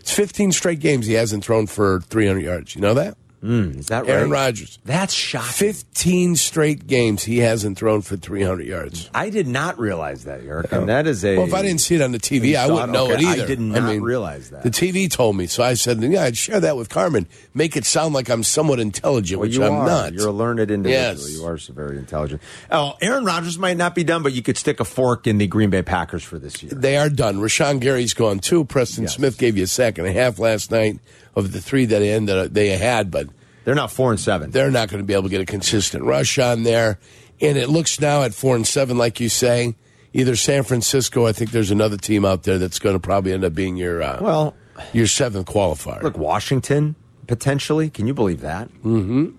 E: It's fifteen straight games he hasn't thrown for three hundred yards. You know that?
D: is that right?
E: Aaron Rodgers.
D: That's shocking.
E: 15 straight games he hasn't thrown for 300 yards.
D: I did not realize that, Eric. And that is a.
E: Well, if I didn't see it on the TV,
D: You
E: I
D: saw
E: wouldn't
D: it?
E: know
D: Okay,
E: it
D: I
E: either.
D: did not realize that.
E: The TV told me, so I said, yeah, I'd share that with Carmen. Make it sound like I'm somewhat intelligent,
D: Well,
E: which
D: you
E: I'm
D: are.
E: not.
D: You're a learned individual.
E: Yes.
D: You are so very intelligent. Oh, Aaron Rodgers might not be done, but you could stick a fork in the Green Bay Packers for this year.
E: They are done. Rashawn Gary's gone too. Preston
D: Yes.
E: Smith gave you a sack and a half last night of the three that ended, they had, but
D: They're not four and seven.
E: they're not going to be able to get a consistent rush on there. And it looks now at four and seven, like you say, either San Francisco. I think there's another team out there that's going to probably end up being your uh,
D: well,
E: your seventh qualifier.
D: look, Washington potentially. Can you believe that?
E: Mm.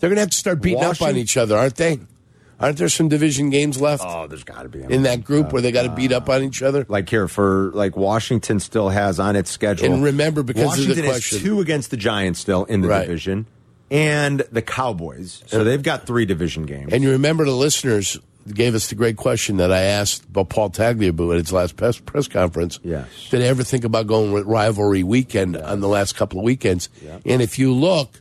E: they're going to have to start beating up on
D: Washington-
E: each other, aren't they? Aren't there some division games left
D: Oh, there's got to be
E: in that group where they got to beat up on each other?
D: like here for like Washington still has on its schedule.
E: And remember, because of the
D: Washington
E: question-
D: has two against the Giants still in the
E: Right.
D: division, and the Cowboys. So they've got three division games.
E: And you remember the listeners gave us the great question that I asked about Paul Tagliabue at his last press, press conference.
D: Yes.
E: Did I ever think about going with rivalry weekend on the last couple of weekends? And if you look,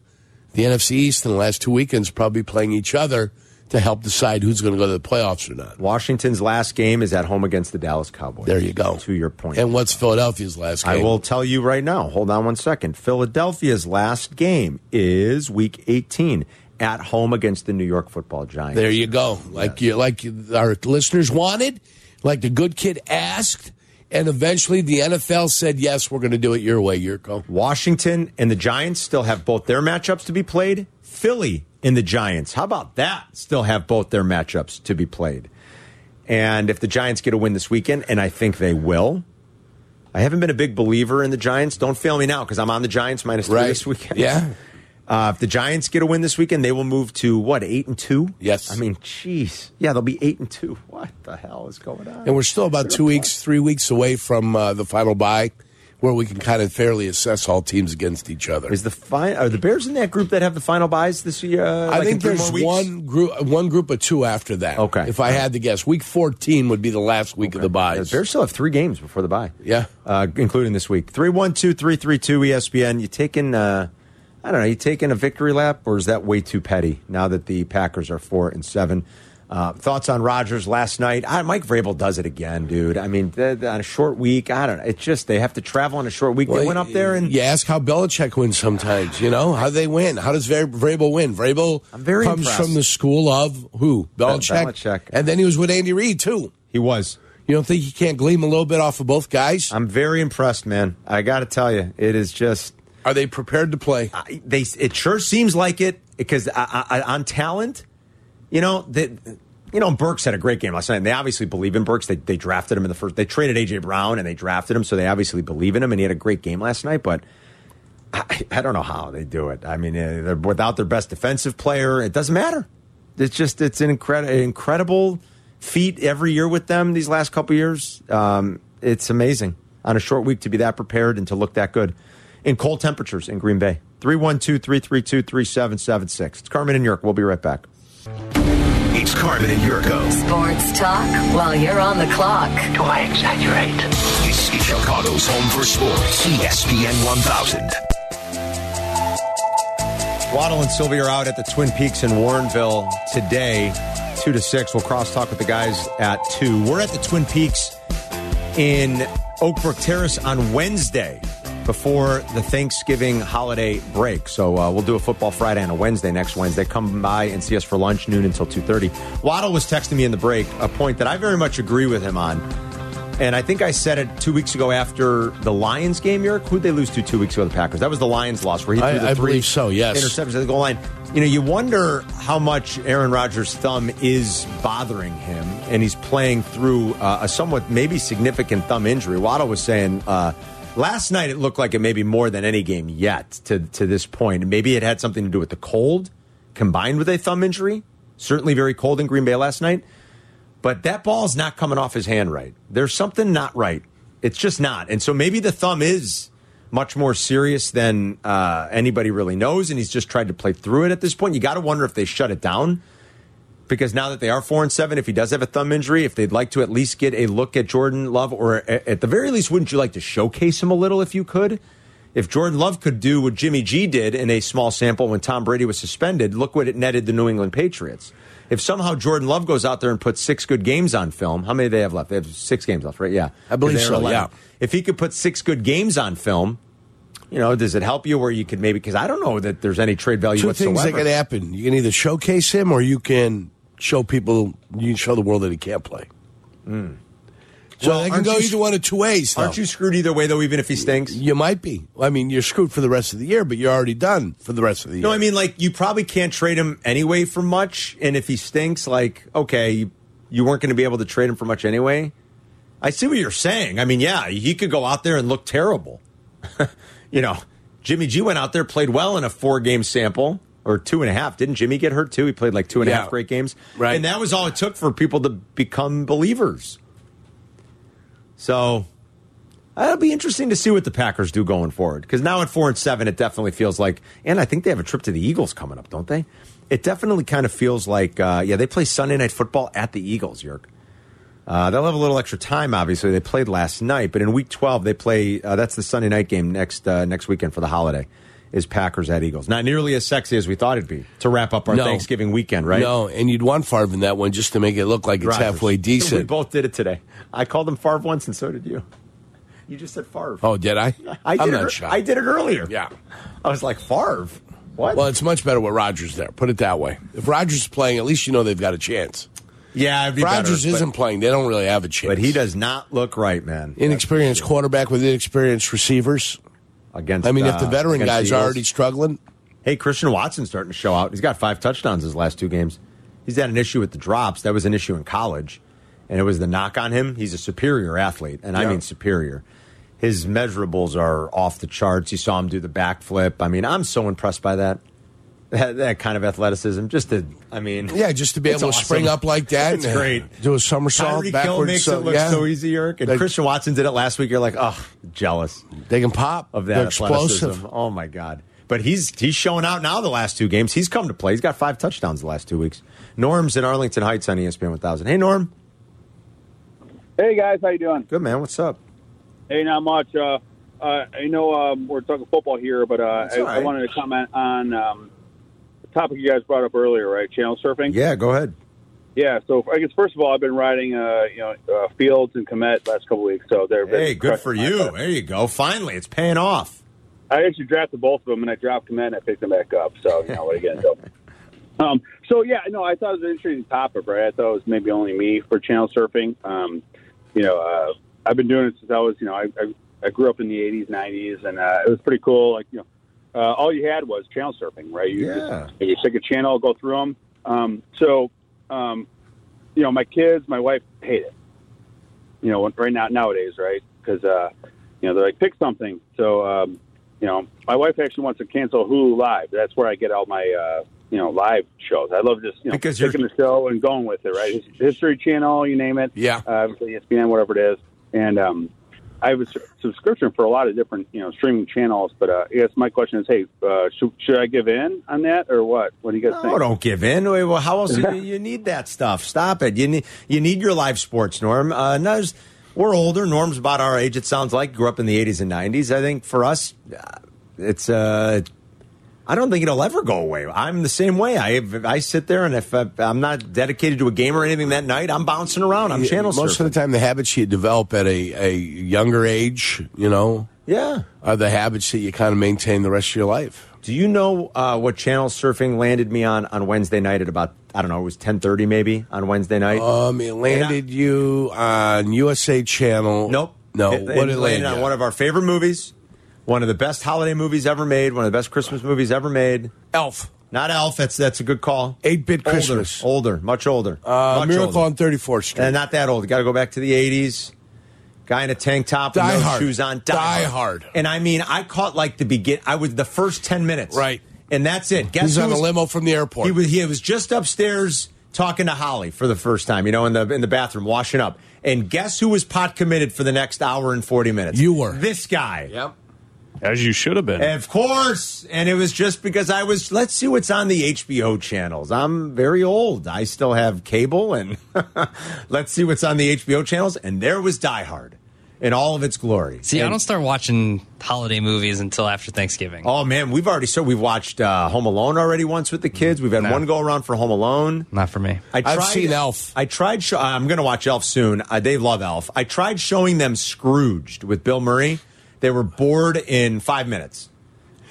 E: the NFC East in the last two weekends probably playing each other to help decide who's going to go to the playoffs or not.
D: Washington's last game is at home against the Dallas Cowboys.
E: There you go.
D: To your point.
E: And what's Philadelphia's last game?
D: I will tell you right now. Hold on one second. Philadelphia's last game is week 18 at home against the New York Football Giants.
E: There you go. Like you, like you, our listeners wanted, like the good kid asked, and eventually the NFL said, yes, we're going to do it your way, Yurko.
D: Washington and the Giants still have both their matchups to be played. Philly and the Giants, how about that? Still have both their matchups to be played. And if the Giants get a win this weekend, and I think they will, I haven't been a big believer in the Giants. Don't fail me now because I'm on the Giants minus three
E: Right.
D: this weekend.
E: Yeah.
D: *laughs* Uh, if the Giants get a win this weekend, they will move to what eight and two.
E: Yes.
D: I mean, jeez, yeah, they'll be eight and two. What the hell is going on?
E: And we're still about two weeks, three weeks away from uh, the final bye, where we can kind of fairly assess all teams against each other.
D: Is the fi- are the Bears in that group that have the final buys this year? Uh,
E: I
D: like in
E: think
D: three
E: there's
D: more weeks?
E: one group, one group of two after that.
D: Okay.
E: If I had to guess, week 14 would be the last week of the
D: Yeah, the
E: buys.
D: Bears still have three games before the bye.
E: Uh, Yeah.
D: uh, including this week. Three one two three three two E ESPN. You taking? Uh, I don't know. You taking a victory lap, or is that way too petty? Now that the Packers are four and seven. Uh, thoughts on Rodgers last night? I, Mike Vrabel does it again, dude. I mean, th- th- on a short week, I don't. It's just they have to travel on a short week. they went up there and
E: you ask how Belichick wins sometimes. You know how they win. How does Vra- Vrabel win? Vrabel
D: I'm very
E: comes
D: impressed.
E: from the school of who Belichick.
D: Belichick.
E: and then he was with Andy Reid too.
D: he was.
E: You don't think he can't gleam a little bit off of both guys?
D: I'm very impressed, man. I got to tell you, it is just.
E: Are they prepared to play?
D: I- they it sure seems like it because I, I, I- on talent, you know that you know Burks had a great game last night. And they obviously believe in Burks. They they drafted him in the first. They traded AJ Brown and they drafted him, so they obviously believe in him. And he had a great game last night, but. I, I don't know how they do it. I mean, eh, they're without their best defensive player. It doesn't matter. It's just it's an incredible incredible feat every year with them these last couple years. Um, it's amazing on a short week to be that prepared and to look that good in cold temperatures in Green Bay. 312-332-3776. It's Carmen and York. We'll be right back.
H: It's Carmen and Yurko.
A: Sports talk while you're on the clock.
G: Do I exaggerate?
H: This is Chicago's home for sports. E ESPN 1000.
D: Waddle and Sylvie are out at the Twin Peaks in Warrenville today, 2 to 6. We'll crosstalk with the guys at 2. We're at the Twin Peaks in Oakbrook Terrace on Wednesday before the Thanksgiving holiday break. So uh, we'll do a football Friday and a Wednesday next Wednesday. Come by and see us for lunch noon until 2:30. Waddle was texting me in the break a point that I very much agree with him on. And I think I said it two weeks ago after the Lions game, Eric. Who'd they lose to two weeks ago? The Packers. That was the Lions loss where he threw
E: I-
D: the
E: I
D: three
E: believe so, yes.
D: interceptions at the goal line. You know, you wonder how much Aaron Rodgers' thumb is bothering him, and he's playing through uh, a somewhat maybe significant thumb injury. Waddle was saying uh, last night it looked like it may be more than any game yet to to this point, and maybe it had something to do with the cold combined with a thumb injury. Certainly, very cold in Green Bay last night but that ball's not coming off his hand right. There's something not right. It's just not. And so maybe the thumb is much more serious than uh, anybody really knows, and he's just tried to play through it at this point. You got to wonder if they shut it down because now that they are four and seven, if he does have a thumb injury, if they'd like to at least get a look at Jordan Love, or a- at the very least, wouldn't you like to showcase him a little if you could? If Jordan Love could do what Jimmy G did in a small sample when Tom Brady was suspended, look what it netted the New England Patriots. If somehow Jordan Love goes out there and puts six good games on film, how many do they have left? They have six games left, right? Yeah.
E: I believe
D: They're
E: so,
D: 11.
E: yeah.
D: If he could put six good games on film, you know, does it help you where you could maybe, because I don't know that there's any trade value
E: Two
D: whatsoever.
E: things that can happen. You can either showcase him, or you can show people, you can show the world that he can't play. So
D: Well,
E: they can
D: aren't
E: go
D: you-
E: either one of two ways. though.
D: Aren't you screwed either way, though, even if he stinks?
E: You might be. I mean, you're screwed for the rest of the year, but you're already done for the rest of the year.
D: No, I mean like you probably can't trade him anyway for much, and if he stinks, like okay, you, you weren't going to be able to trade him for much anyway. I see what you're saying. I mean, yeah, he could go out there and look terrible. *laughs* you know, Jimmy G went out there, played well in a four game sample or two and a half. Didn't Jimmy get hurt too? He played like two and a half
E: Yeah.
D: great games,
E: Right.
D: And that was all it took for people to become believers. So That'll be interesting to see what the Packers do going forward. Because now at four and seven, it definitely feels like, and I think they have a trip to the Eagles coming up, don't they? It definitely kind of feels like, uh, yeah, they play Sunday night football at the Eagles, Yerk. Uh, they'll have a little extra time, obviously. They played last night, but in Week 12, they play. Uh, that's the Sunday night game next uh, next weekend for the holiday. Is Packers at Eagles? Not nearly as sexy as we thought it'd be to wrap up our
E: No.
D: Thanksgiving weekend, right?
E: No, and you'd want Favre in that one just to make it look like it's
D: Rodgers. *laughs*
E: halfway
D: We
E: decent.
D: both did it today. I called him Favre once, and so did you. You just said Favre.
E: Oh, did I?
D: *laughs* I did
E: am
D: it,
E: not
D: ear-
E: sure.
D: I did it earlier.
E: Yeah.
D: I was like, Favre? What?
E: Well, it's much better with Rodgers there. Put it that way. If Rodgers is playing, at least you know they've got a chance.
D: Yeah, it'd be
E: Rodgers
D: better, but-
E: isn't playing. They don't really have a chance.
D: But he does not look right, man.
E: Inexperienced quarterback with inexperienced receivers.
D: Against,
E: I mean, if
D: uh,
E: the veteran
D: against
E: guys
D: the
E: are
D: Eagles.
E: already struggling,
D: Hey, Christian Watson's starting to show out. He's got five touchdowns his last two games. He's had an issue with the drops. That was an issue in college, and it was the knock on him. He's a superior athlete, and I
E: Yeah.
D: mean superior. His measurables are off the charts. You saw him do the backflip. I mean, I'm so impressed by that. That, that kind of athleticism. Just to, I mean,
E: yeah, just to be
D: it's
E: able
D: awesome.
E: to spring up like that,
D: It's
E: and, uh,
D: great.
E: Do a somersault
D: Tyreek
E: backwards.
D: Hill makes
E: so,
D: it look
E: yeah.
D: so easy, Eric. And
E: Like-
D: Christian Watson did it last week. You're like, oh, jealous
E: They can pop
D: of that
E: They're
D: athleticism.
E: explosive.
D: Oh my god! But he's he's showing out now. The last two games, he's come to play. He's got five touchdowns the last two weeks. Norm's in Arlington Heights on E ESPN 1000. Hey, Norm.
J: Hey guys, how you doing?
D: Good man. What's up?
J: Hey, not much. Uh, uh, I know um, we're talking football here, but uh,
D: That's
J: I,
D: all right.
J: I wanted to comment on um, the topic you guys brought up earlier, right? Channel surfing.
D: Yeah, go ahead.
J: Yeah. So I guess first of all, I've been riding, uh, you know, uh, Fields and Komet last couple weeks. So they're
D: Hey, good for you. There you go. Finally, it's paying off.
J: I actually drafted both of them, and I dropped Komet and I picked them back up. So you know what are you gonna do? Um, so yeah, no, I thought it was an interesting topic, right? I thought it was maybe only me for channel surfing. Um, you know, uh, I've been doing it since I was, you know, I, I, I grew up in the '80s, '90s, and uh, it was pretty cool. Like you know, uh, all you had was channel surfing, right? You
D: Yeah.
J: just, you pick a channel, go through them. Um, so, um, you know, my kids, my wife hate it. You know, right now nowadays, right? Because uh, you know they're like pick something. So, um, you know, my wife actually wants to cancel Hulu Live. That's where I get all my uh, you know live shows. I love just you know
D: Because you're-
J: picking the show and going with it, right? His- History Channel, you name it.
E: Yeah.
J: uh, obviously ESPN, whatever it is, and. um I have a s- subscription for a lot of different, you know, streaming channels. But uh, I guess my question is, hey, uh, should, should I give in on that or what? What do you guys
D: No,
J: think?
D: don't give in. Wait, Well, how else you,
E: *laughs*
D: you need that stuff? Stop it. You need you need your live sports, Norm. Uh, no, there's- we're older. Norm's about our age. It sounds like grew up in the '80s and '90s. I think for us, uh, it's. Uh, I don't think it'll ever go away. I'm the same way. I I sit there and if I, I'm not dedicated to a game or anything that night, I'm bouncing around. I'm
E: Yeah,
D: channel
E: Most
D: surfing.
E: of the time, the habits you develop at a, a younger age, you know,
D: yeah.
E: are the habits that you kind of maintain the rest of your life.
D: Do you know uh, what channel surfing landed me on on Wednesday night at about I don't know it was 10:30 maybe on Wednesday night.
E: Um, it landed you on USA Channel.
D: Nope.
E: No,
D: It,
E: what
D: it
E: it landed
D: landed
E: you
D: on
E: on?
D: one of our favorite movies, one of the best holiday movies ever made, one of the best Christmas movies ever made.
E: Elf.
D: Not Elf. That's that's a good call.
E: 8-Bit
D: Older,
E: Christmas.
D: Older, much older.
E: Uh,
D: much
E: Miracle
D: older.
E: on 34th Street.
D: And not that old. Got to go back to the eighties. Guy in a tank top, with
E: Die
D: no
E: Hard.
D: shoes on.
E: Die Hard.
D: And I mean, I caught like the begin. I was the first ten minutes.
E: Right.
D: And that's it. Guess
E: He's
D: who
E: on a
D: was-
E: limo from the airport.
D: He was he was just upstairs talking to Holly for the first time. You know, in the in the bathroom washing up. And guess who was pot committed for the next hour and forty minutes?
E: You were.
D: this guy.
E: yep.
F: as you should have been.
D: Of course. And it was just because I was, let's see what's on the HBO channels. I'm very old. I still have cable, and *laughs* let's see what's on the HBO channels. And there was Die Hard in all of its glory.
C: See, I don't start watching holiday movies until after Thanksgiving.
D: Oh, man, we've already, so we've watched uh, Home Alone already once with the kids. We've had
C: No.
D: one go around for Home Alone.
C: Not for me.
D: I
E: I've seen Elf.
D: I tried. Show, I'm going to watch Elf soon. Uh, they love Elf. I tried showing them Scrooged with Bill Murray. They were bored in five minutes.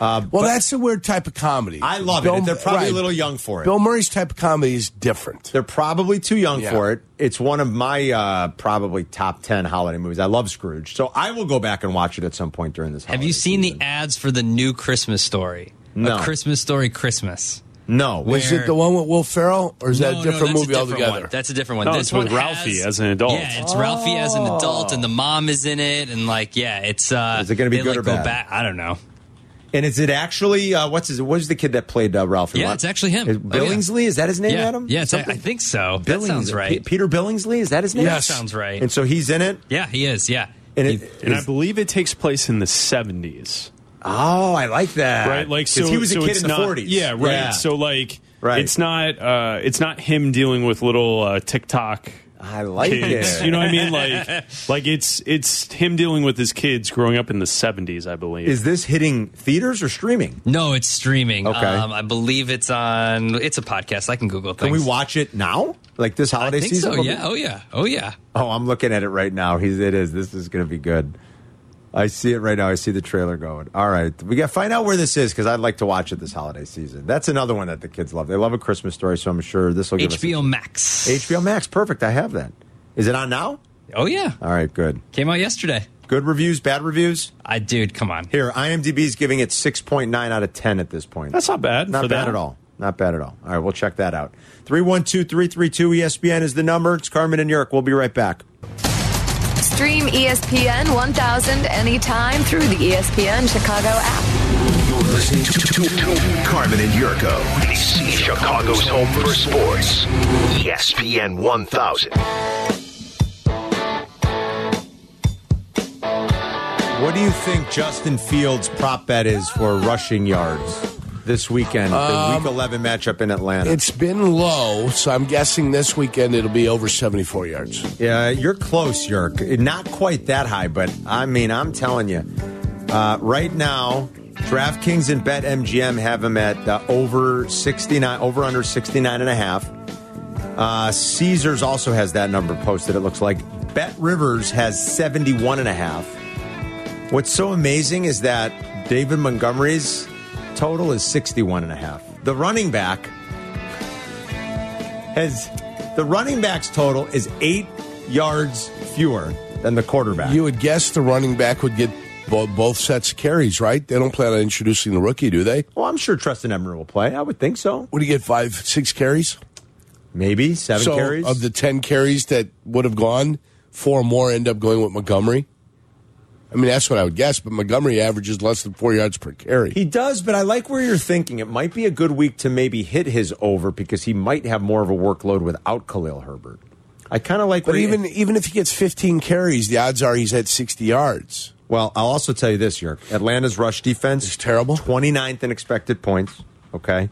E: Well, that's a weird type of comedy.
D: I love it. They're probably a little young for it.
E: Bill Murray's type of comedy is different.
D: They're probably too young
E: Yeah.
D: for it. It's one of my uh, probably top 10 holiday movies. I love Scrooge. So I will go back and watch it at some point during this
C: Have you seen the ads for the new Christmas story?
D: No.
C: A Christmas Story Christmas.
D: No.
C: Where-
E: Is it the one with Will Ferrell, or is that
C: No,
E: a
C: no,
E: different
C: that's
E: movie
C: different
E: altogether?
C: one. That's a different one.
F: No,
C: this
F: it's with
C: one
F: Ralphie
C: has-
F: as an adult.
C: Yeah, it's Ralphie as an adult,
D: Oh.
C: and the mom is in it, and like, yeah, it's. uh
D: Is it gonna be
C: they,
D: good
C: like,
D: or
C: go
D: bad?
C: Back, I don't know.
D: And is it actually, uh, what's his, what is the kid that played uh, Ralph?
C: Yeah,
D: What-
C: it's actually him.
D: Is
C: Oh, yeah.
D: Billingsley? Is that his name,
C: yeah,
D: Adam?
C: yeah, it's, I
D: Something-
C: think so. That
D: Billings-
C: sounds right.
D: P- Peter Billingsley? Is that his name?
C: Yeah, that sounds right.
D: And so he's in it?
C: yeah, he is. Yeah,
D: And, it,
F: and I believe it takes place in the 70s.
D: oh, I like that.
F: right? Like,
D: 'Cause
F: so
D: he was a
F: so
D: kid
F: it's
D: in the
F: not-
D: 40s.
F: Yeah, right. So like,
D: Right.
F: It's not. Uh, it's not him dealing with little uh, TikTok.
D: I like
F: kids.
D: it.
F: You know what I
D: *laughs*
F: mean? Like, like it's it's him dealing with his kids growing up in the 70s, I believe.
D: is this hitting theaters or streaming?
C: no, it's streaming.
D: Okay.
C: um, I believe it's on. It's a podcast. I can Google
D: Can
C: things.
D: we watch it now? Like this holiday
C: I think
D: season?
C: so. Yeah. Oh yeah. Oh yeah.
D: Oh, I'm looking at it right now. He's, it is. This is going to be good. I see it right now. I see the trailer going. All right, we got to find out where this is because I'd like to watch it this holiday season. That's another one that the kids love. They love a Christmas story, so I'm sure this will give us
C: HBO Max.
D: HBO Max. Perfect. I have that. Is it on now?
C: Oh yeah,
D: All right, good.
C: came out yesterday.
D: Good reviews, bad reviews.
C: I dude, come on.
D: Here, IMDb's giving it 6.9 out of 10 at this point.
F: That's not bad.
D: Not
F: for
D: bad
F: that.
D: at all. Not bad at all. All right, we'll check that out. 312 332 ESPN is the number. It's Carmen and York. We'll be right back.
A: Stream E ESPN 1000 anytime through the E ESPN Chicago app.
H: You're listening to, to- to Carmen and Yurko.
B: This is Chicago's home for sports.
H: E ESPN 1000.
D: What do you think Justin Fields' prop bet is for rushing yards this weekend, the Week 11 matchup in Atlanta?
E: It's been low, so I'm guessing this weekend it'll be over 74 yards.
D: Yeah, you're close, Yerk. Not quite that high, but I mean, I'm telling you, uh, right now, DraftKings and BetMGM have him at uh, over 69, over under 69 and a half. Uh, Caesars also has that number posted, it looks like. Bet Rivers has 71 and a half. What's so amazing is that David Montgomery's total is 61 and a half. The running back has the running back's total is eight yards fewer than the quarterback.
E: You would guess the running back would get bo- both sets of carries, right? They don't plan on introducing the rookie, do they?
D: well, I'm sure Tristan Emmer will play. I would think so.
E: What do you get, five, six carries?
D: Maybe seven
E: so
D: carries.
E: of the 10 carries that would have gone, four more end up going with Montgomery. I mean, that's what I would guess, but Montgomery averages less than four yards per carry.
D: he does, but I like where you're thinking. It might be a good week to maybe hit his over because he might have more of a workload without Khalil Herbert. I kind of like
E: But
D: where you-
E: even even if he gets 15 carries, the odds are he's at 60 yards.
D: Well, I'll also tell you this, Yerk. Atlanta's rush defense
E: It's terrible.
D: 29th in expected points. Okay.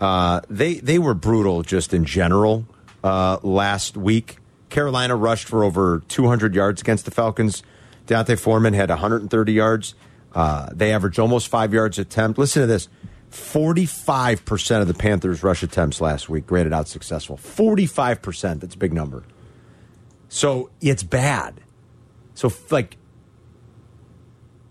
D: Uh, they they were brutal just in general uh, last week. Carolina rushed for over 200 yards against the Falcons. Deontay Foreman had 130 yards. Uh, they averaged almost five yards attempt. Listen to this: 45 percent of the Panthers' rush attempts last week graded out successful. 45 percent. That's a big number. So it's bad. So f- like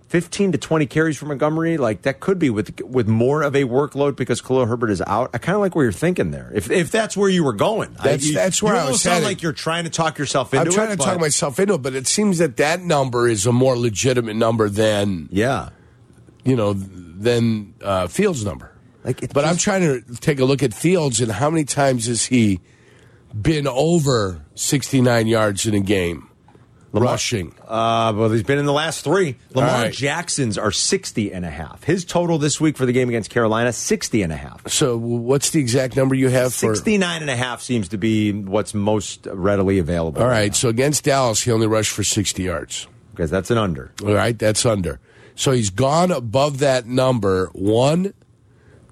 D: 15 to 20 carries for Montgomery, like that could be with with more of a workload because Khalil Herbert is out. I kind of like where you're thinking there. If if that's where you were going,
E: That's-
D: I, you,
E: that's where
D: you
E: I
D: almost
E: was
D: sound
E: headed.
D: like you're trying to talk yourself into
E: I'm trying
D: it,
E: to
D: but-
E: talk myself into it, but it seems that that number is a more legitimate number than
D: Yeah,
E: you know than uh, Fields' number.
D: Like, it
E: but I'm
D: just-
E: trying to take a look at Fields and how many times has he been over 69 yards in a game rushing?
D: Uh, well, he's been in the last three. Lamar
E: right.
D: Jackson's are 60 and a half. His total this week for the game against Carolina, 60 and a half.
E: So what's the exact number you have for?
D: 69 and a half seems to be what's most readily available.
E: All
D: right
E: right, so against Dallas, he only rushed for 60 yards.
D: Because that's an under.
E: All right, that's under. So he's gone above that number one,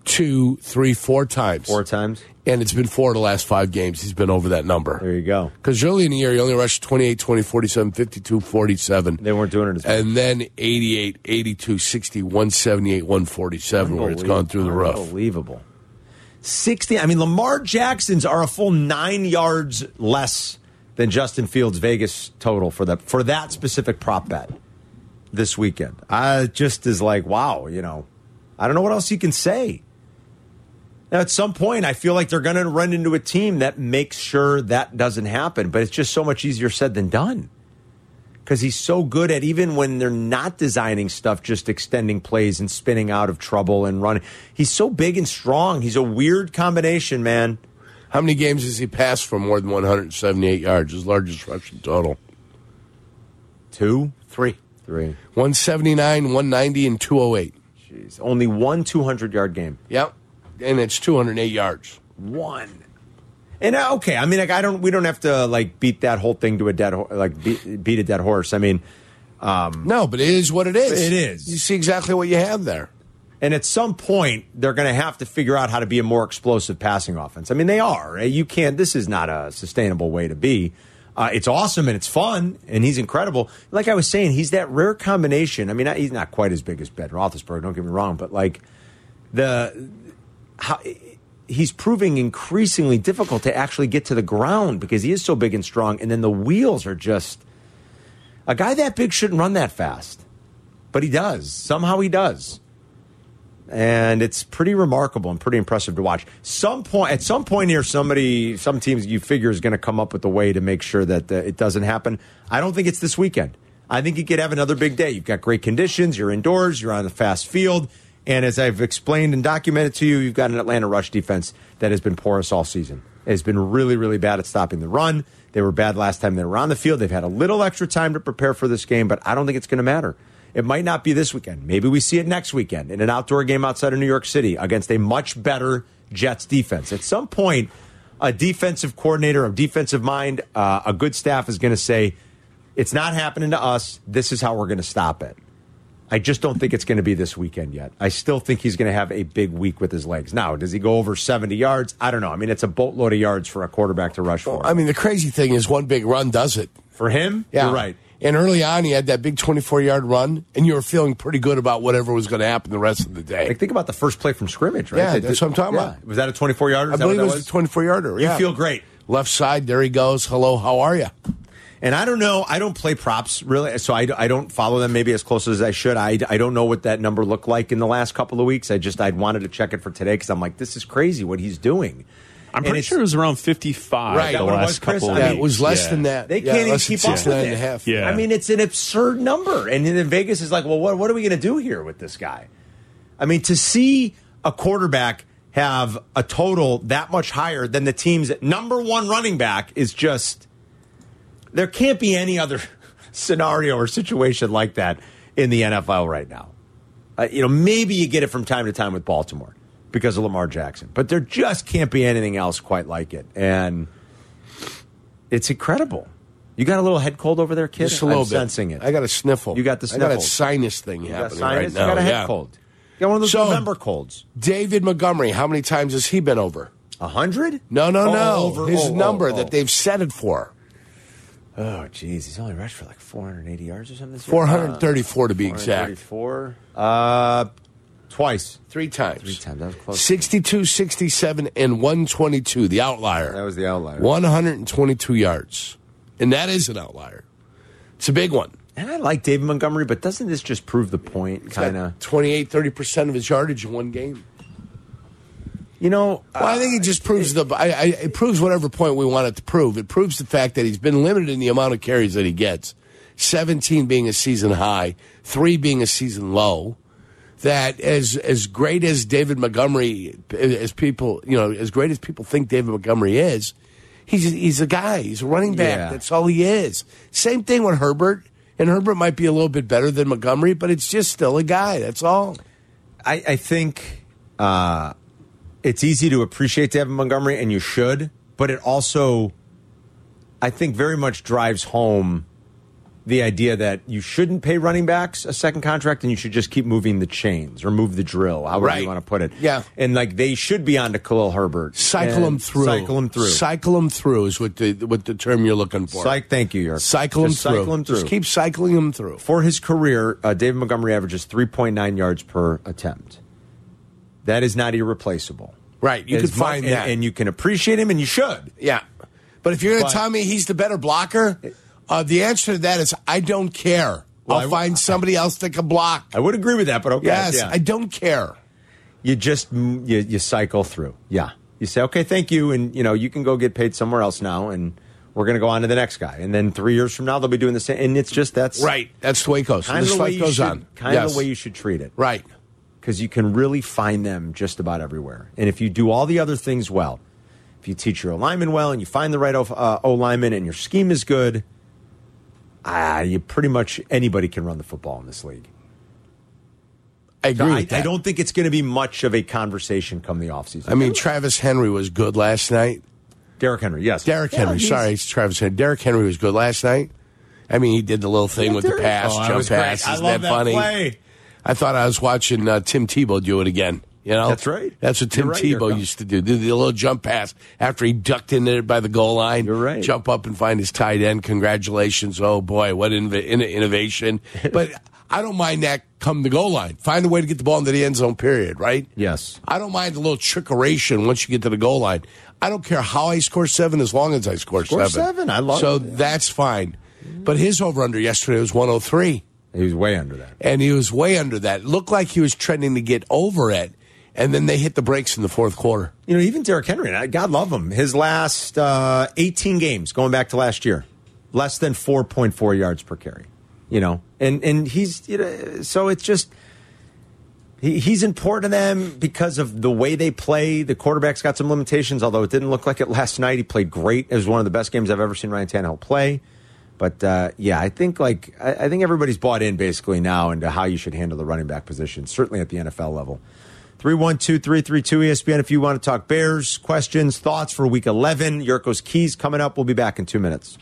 E: two, three, four times.
D: Four times.
E: and it's been four of the last five games he's been over that
D: There
E: number.
D: you go.
E: Because early in the year, he only rushed 28, 20, 47, 52, 47.
D: They weren't doing it as
E: And then 88, 82, 60, 178, 147, where it's gone through the roof.
D: Unbelievable. 60. I mean, Lamar Jackson's are a full nine yards less than Justin Fields' Vegas total for that for that specific prop bet this weekend. I just is like, wow, you know, I don't know what else you can say. Now, at some point, I feel like they're going to run into a team that makes sure that doesn't happen, but it's just so much easier said than done because he's so good at even when they're not designing stuff, just extending plays and spinning out of trouble and running. He's so big and strong. He's a weird combination, man.
E: How many games has he passed for more than 178 yards? His largest rushing total.
D: Two,
E: Three.
D: three.
E: 179, 190, and 208.
D: Jeez, only one 200 yard game.
E: Yep. And it's 208 yards.
D: One. And uh, okay, I mean, like I don't, we don't have to like beat that whole thing to a dead, ho- like beat, beat a dead horse. I mean,
E: No, but it is what it is.
D: It is.
E: You see exactly what you have there.
D: And at some point, they're going to have to figure out how to be a more explosive passing offense. I mean, they are. You can't. This is not a sustainable way to be. Uh, it's awesome and it's fun, and he's incredible. Like I was saying, he's that rare combination. I mean, I- he's not quite as big as Ben Roethlisberger. Don't get me wrong, but like the how he's proving increasingly difficult to actually get to the ground because he is so big and strong, and then the wheels are just a guy that big shouldn't run that fast. but he does. Somehow he does. And it's pretty remarkable and pretty impressive to watch. Some point at some point here, somebody, some teams you figure is going to come up with a way to make sure that uh, it doesn't happen. I don't think it's this weekend. I think you could have another big day. You've got great conditions. You're indoors. You're on a fast field. And as I've explained and documented to you, you've got an Atlanta rush defense that has been porous all season. It has been really, really bad at stopping the run. They were bad last time they were on the field. They've had a little extra time to prepare for this game, but I don't think it's going to matter. It might not be this weekend. Maybe we see it next weekend in an outdoor game outside of New York City against a much better Jets defense. At some point, a defensive coordinator, a defensive mind, uh, a good staff is going to say, it's not happening to us. This is how we're going to stop it. I just don't think it's going to be this weekend yet. I still think he's going to have a big week with his legs. Now, does he go over 70 yards? I don't know. I mean, it's a boatload of yards for a quarterback to rush for.
E: I mean, the crazy thing is one big run does it.
D: for him, you're right.
E: And early on, he had that big 24 yard run, and you were feeling pretty good about whatever was going to happen the rest of the day.
D: Like, think about the first play from scrimmage, right?
E: Yeah,
D: They
E: that's
D: did-
E: what I'm talking
D: yeah.
E: about.
D: Was that a 24 yarder?
E: I believe it was a 24 yarder.
D: You feel great.
E: Left side, there he goes. Hello, how are you?
D: And I don't know. I don't play props really, so I, I don't follow them maybe as close as I should. I, I don't know what that number looked like in the last couple of weeks. I just I wanted to check it for today because I'm like, this is crazy what he's doing.
F: I'm
D: And
F: pretty
D: it's-
F: sure it was around 55
E: Right.
F: the
E: That what it
F: last
D: was, Chris?
F: couple of
D: I
E: Yeah,
D: mean,
E: it was less
F: yeah.
E: than that.
D: They
E: Yeah,
D: can't even
E: less than
D: keep up with
E: 69 and a
D: it.
E: half.
F: Yeah.
D: I mean, it's an absurd number. And then Vegas is like, well, what, what are we going to do here with this guy? I mean, to see a quarterback have a total that much higher than the team's number one running back is just, there can't be any other *laughs* scenario or situation like that in the NFL right now. Uh, you know, maybe you get it from time to time with Baltimore because of Lamar Jackson, but there just can't be anything else quite like it. And it's incredible. You got a little head cold over there, kid.
E: Just a little
D: I'm
E: bit.
D: sensing it.
E: I got a sniffle.
D: You got the
E: I got a
D: sniffles.
E: sinus thing
D: You got
E: happening
D: sinus.
E: right now.
D: You got a head
E: yeah.
D: cold. You got one of those
E: So-
D: November colds.
E: David Montgomery, how many times has he been over?
D: A hundred?
E: No, no,
D: Oh,
E: no.
D: over-
E: His
D: oh, oh,
E: number
D: oh.
E: that they've set it for.
D: Oh, jeez, he's only rushed for like 480 yards or something. This year? Uh,
E: 434 to be exact.
D: 434. Uh, twice.
E: Three times.
D: Three times. That was close.
E: 62, 67, and 122, the outlier.
D: That was the outlier.
E: 122 yards. And that is an outlier. It's a big one.
D: And I like David Montgomery, but doesn't this just prove the point? Kind of.
E: 28, 30% of his yardage in one game.
D: You know,
E: Well, I think it just proves the. I, I, it proves whatever point we want it to prove. It proves the fact that he's been limited in the amount of carries that he gets, seventeen being a season high, three being a season low. That as as great as David Montgomery, as people you know, as great as people think David Montgomery is, he's he's a guy. He's a running back.
D: Yeah.
E: That's all he is. Same thing with Herbert. And Herbert might be a little bit better than Montgomery, but it's just still a guy. That's all.
D: I, I think uh, it's easy to appreciate Devin Montgomery, and you should, but it also, I think, very much drives home the idea that you shouldn't pay running backs a second contract and you should just keep moving the chains or move the drill, however
E: Right.
D: you want to put it.
E: Yeah.
D: And like they should be on to Khalil Herbert.
E: Cycle
D: And
E: them through.
D: Cycle them through.
E: Cycle them through is what the what the term you're looking for.
D: Psych- thank you, York.
E: cycle them
D: Just
E: through.
D: Cycle them through.
E: Just keep cycling them through.
D: for his career, uh, David Montgomery averages 3.9 yards per attempt. That is not irreplaceable.
E: Right, you
D: As much-
E: could find
D: and-
E: that.
D: and you can appreciate him, and you should.
E: Yeah, but if you're going
D: But-
E: to tell me he's the better blocker, uh, the answer to that is I don't care.
D: Well, I
E: I'll
D: w-
E: find somebody else that can block.
D: I would agree with that, but okay.
E: yes,
D: yeah.
E: I don't care.
D: you just mm, you, you cycle through. Yeah, you say okay, thank you, and you know you can go get paid somewhere else now, and we're going to go on to the next guy, and then three years from now they'll be doing the same. And it's just that's
E: that's the way it goes.
D: Kind
E: This
D: of the way
E: fight
D: you
E: goes
D: should,
E: on.
D: Kind of
E: Yes.
D: the way you should treat it,
E: Right.
D: Because you can really find them just about everywhere, and if you do all the other things well, if you teach your alignment well, and you find the right O uh, O lineman, and your scheme is good, ah, you pretty much anybody can run the football in this league.
E: I agree.
D: I,
E: with that.
D: I don't think it's going to be much of a conversation come the offseason.
E: I mean, Travis Henry was good last night.
D: Derrick Henry, yes.
E: Derrick Henry,
D: he's-
E: sorry, it's Travis Henry. Derrick Henry was good last night. I mean, he did the little thing
D: Yeah,
E: with the
D: Derrick-
E: pass,
D: Oh, that
E: jump
D: was great.
E: pass.
D: I
E: Isn't
D: love
E: that
D: that
E: funny?
D: play.
E: I thought I was watching uh, Tim Tebow do it again. You know,
D: That's right.
E: That's what Tim
D: You're right,
E: Tebow
D: Yurko.
E: used to do. Do the little jump pass after he ducked in there by the goal line.
D: You're right.
E: Jump up and find his tight end. Congratulations! Oh boy, what inv-
D: *laughs*
E: in- innovation! but I don't mind that. Come the goal line, find a way to get the ball into the end zone. Period. Right?
D: Yes.
E: I don't mind a little trickeration once you get to the goal line. I don't care how I score seven as long as I score,
D: Score seven, I love
E: so
D: it.
E: that's fine. But his over under yesterday was 103.
D: He was way under that.
E: and he was way under that. Looked like he was trending to get over it, and then they hit the brakes in the fourth quarter.
D: You know, even Derrick Henry, and I- God love him. His last uh, 18 games, going back to last year, less than 4.4 yards per carry. You know, and and he's you know, so it's just he, he's important to them because of the way they play. The quarterback's got some limitations, although it didn't look like it last night. He played great. It was one of the best games I've ever seen Ryan Tannehill play. But uh, yeah, I think like I, I think everybody's bought in basically now into how you should handle the running back position, certainly at the NFL level. 312-332 ESPN if you want to talk Bears, questions, thoughts for week 11. Yurko's keys coming up. We'll be back in 2 minutes.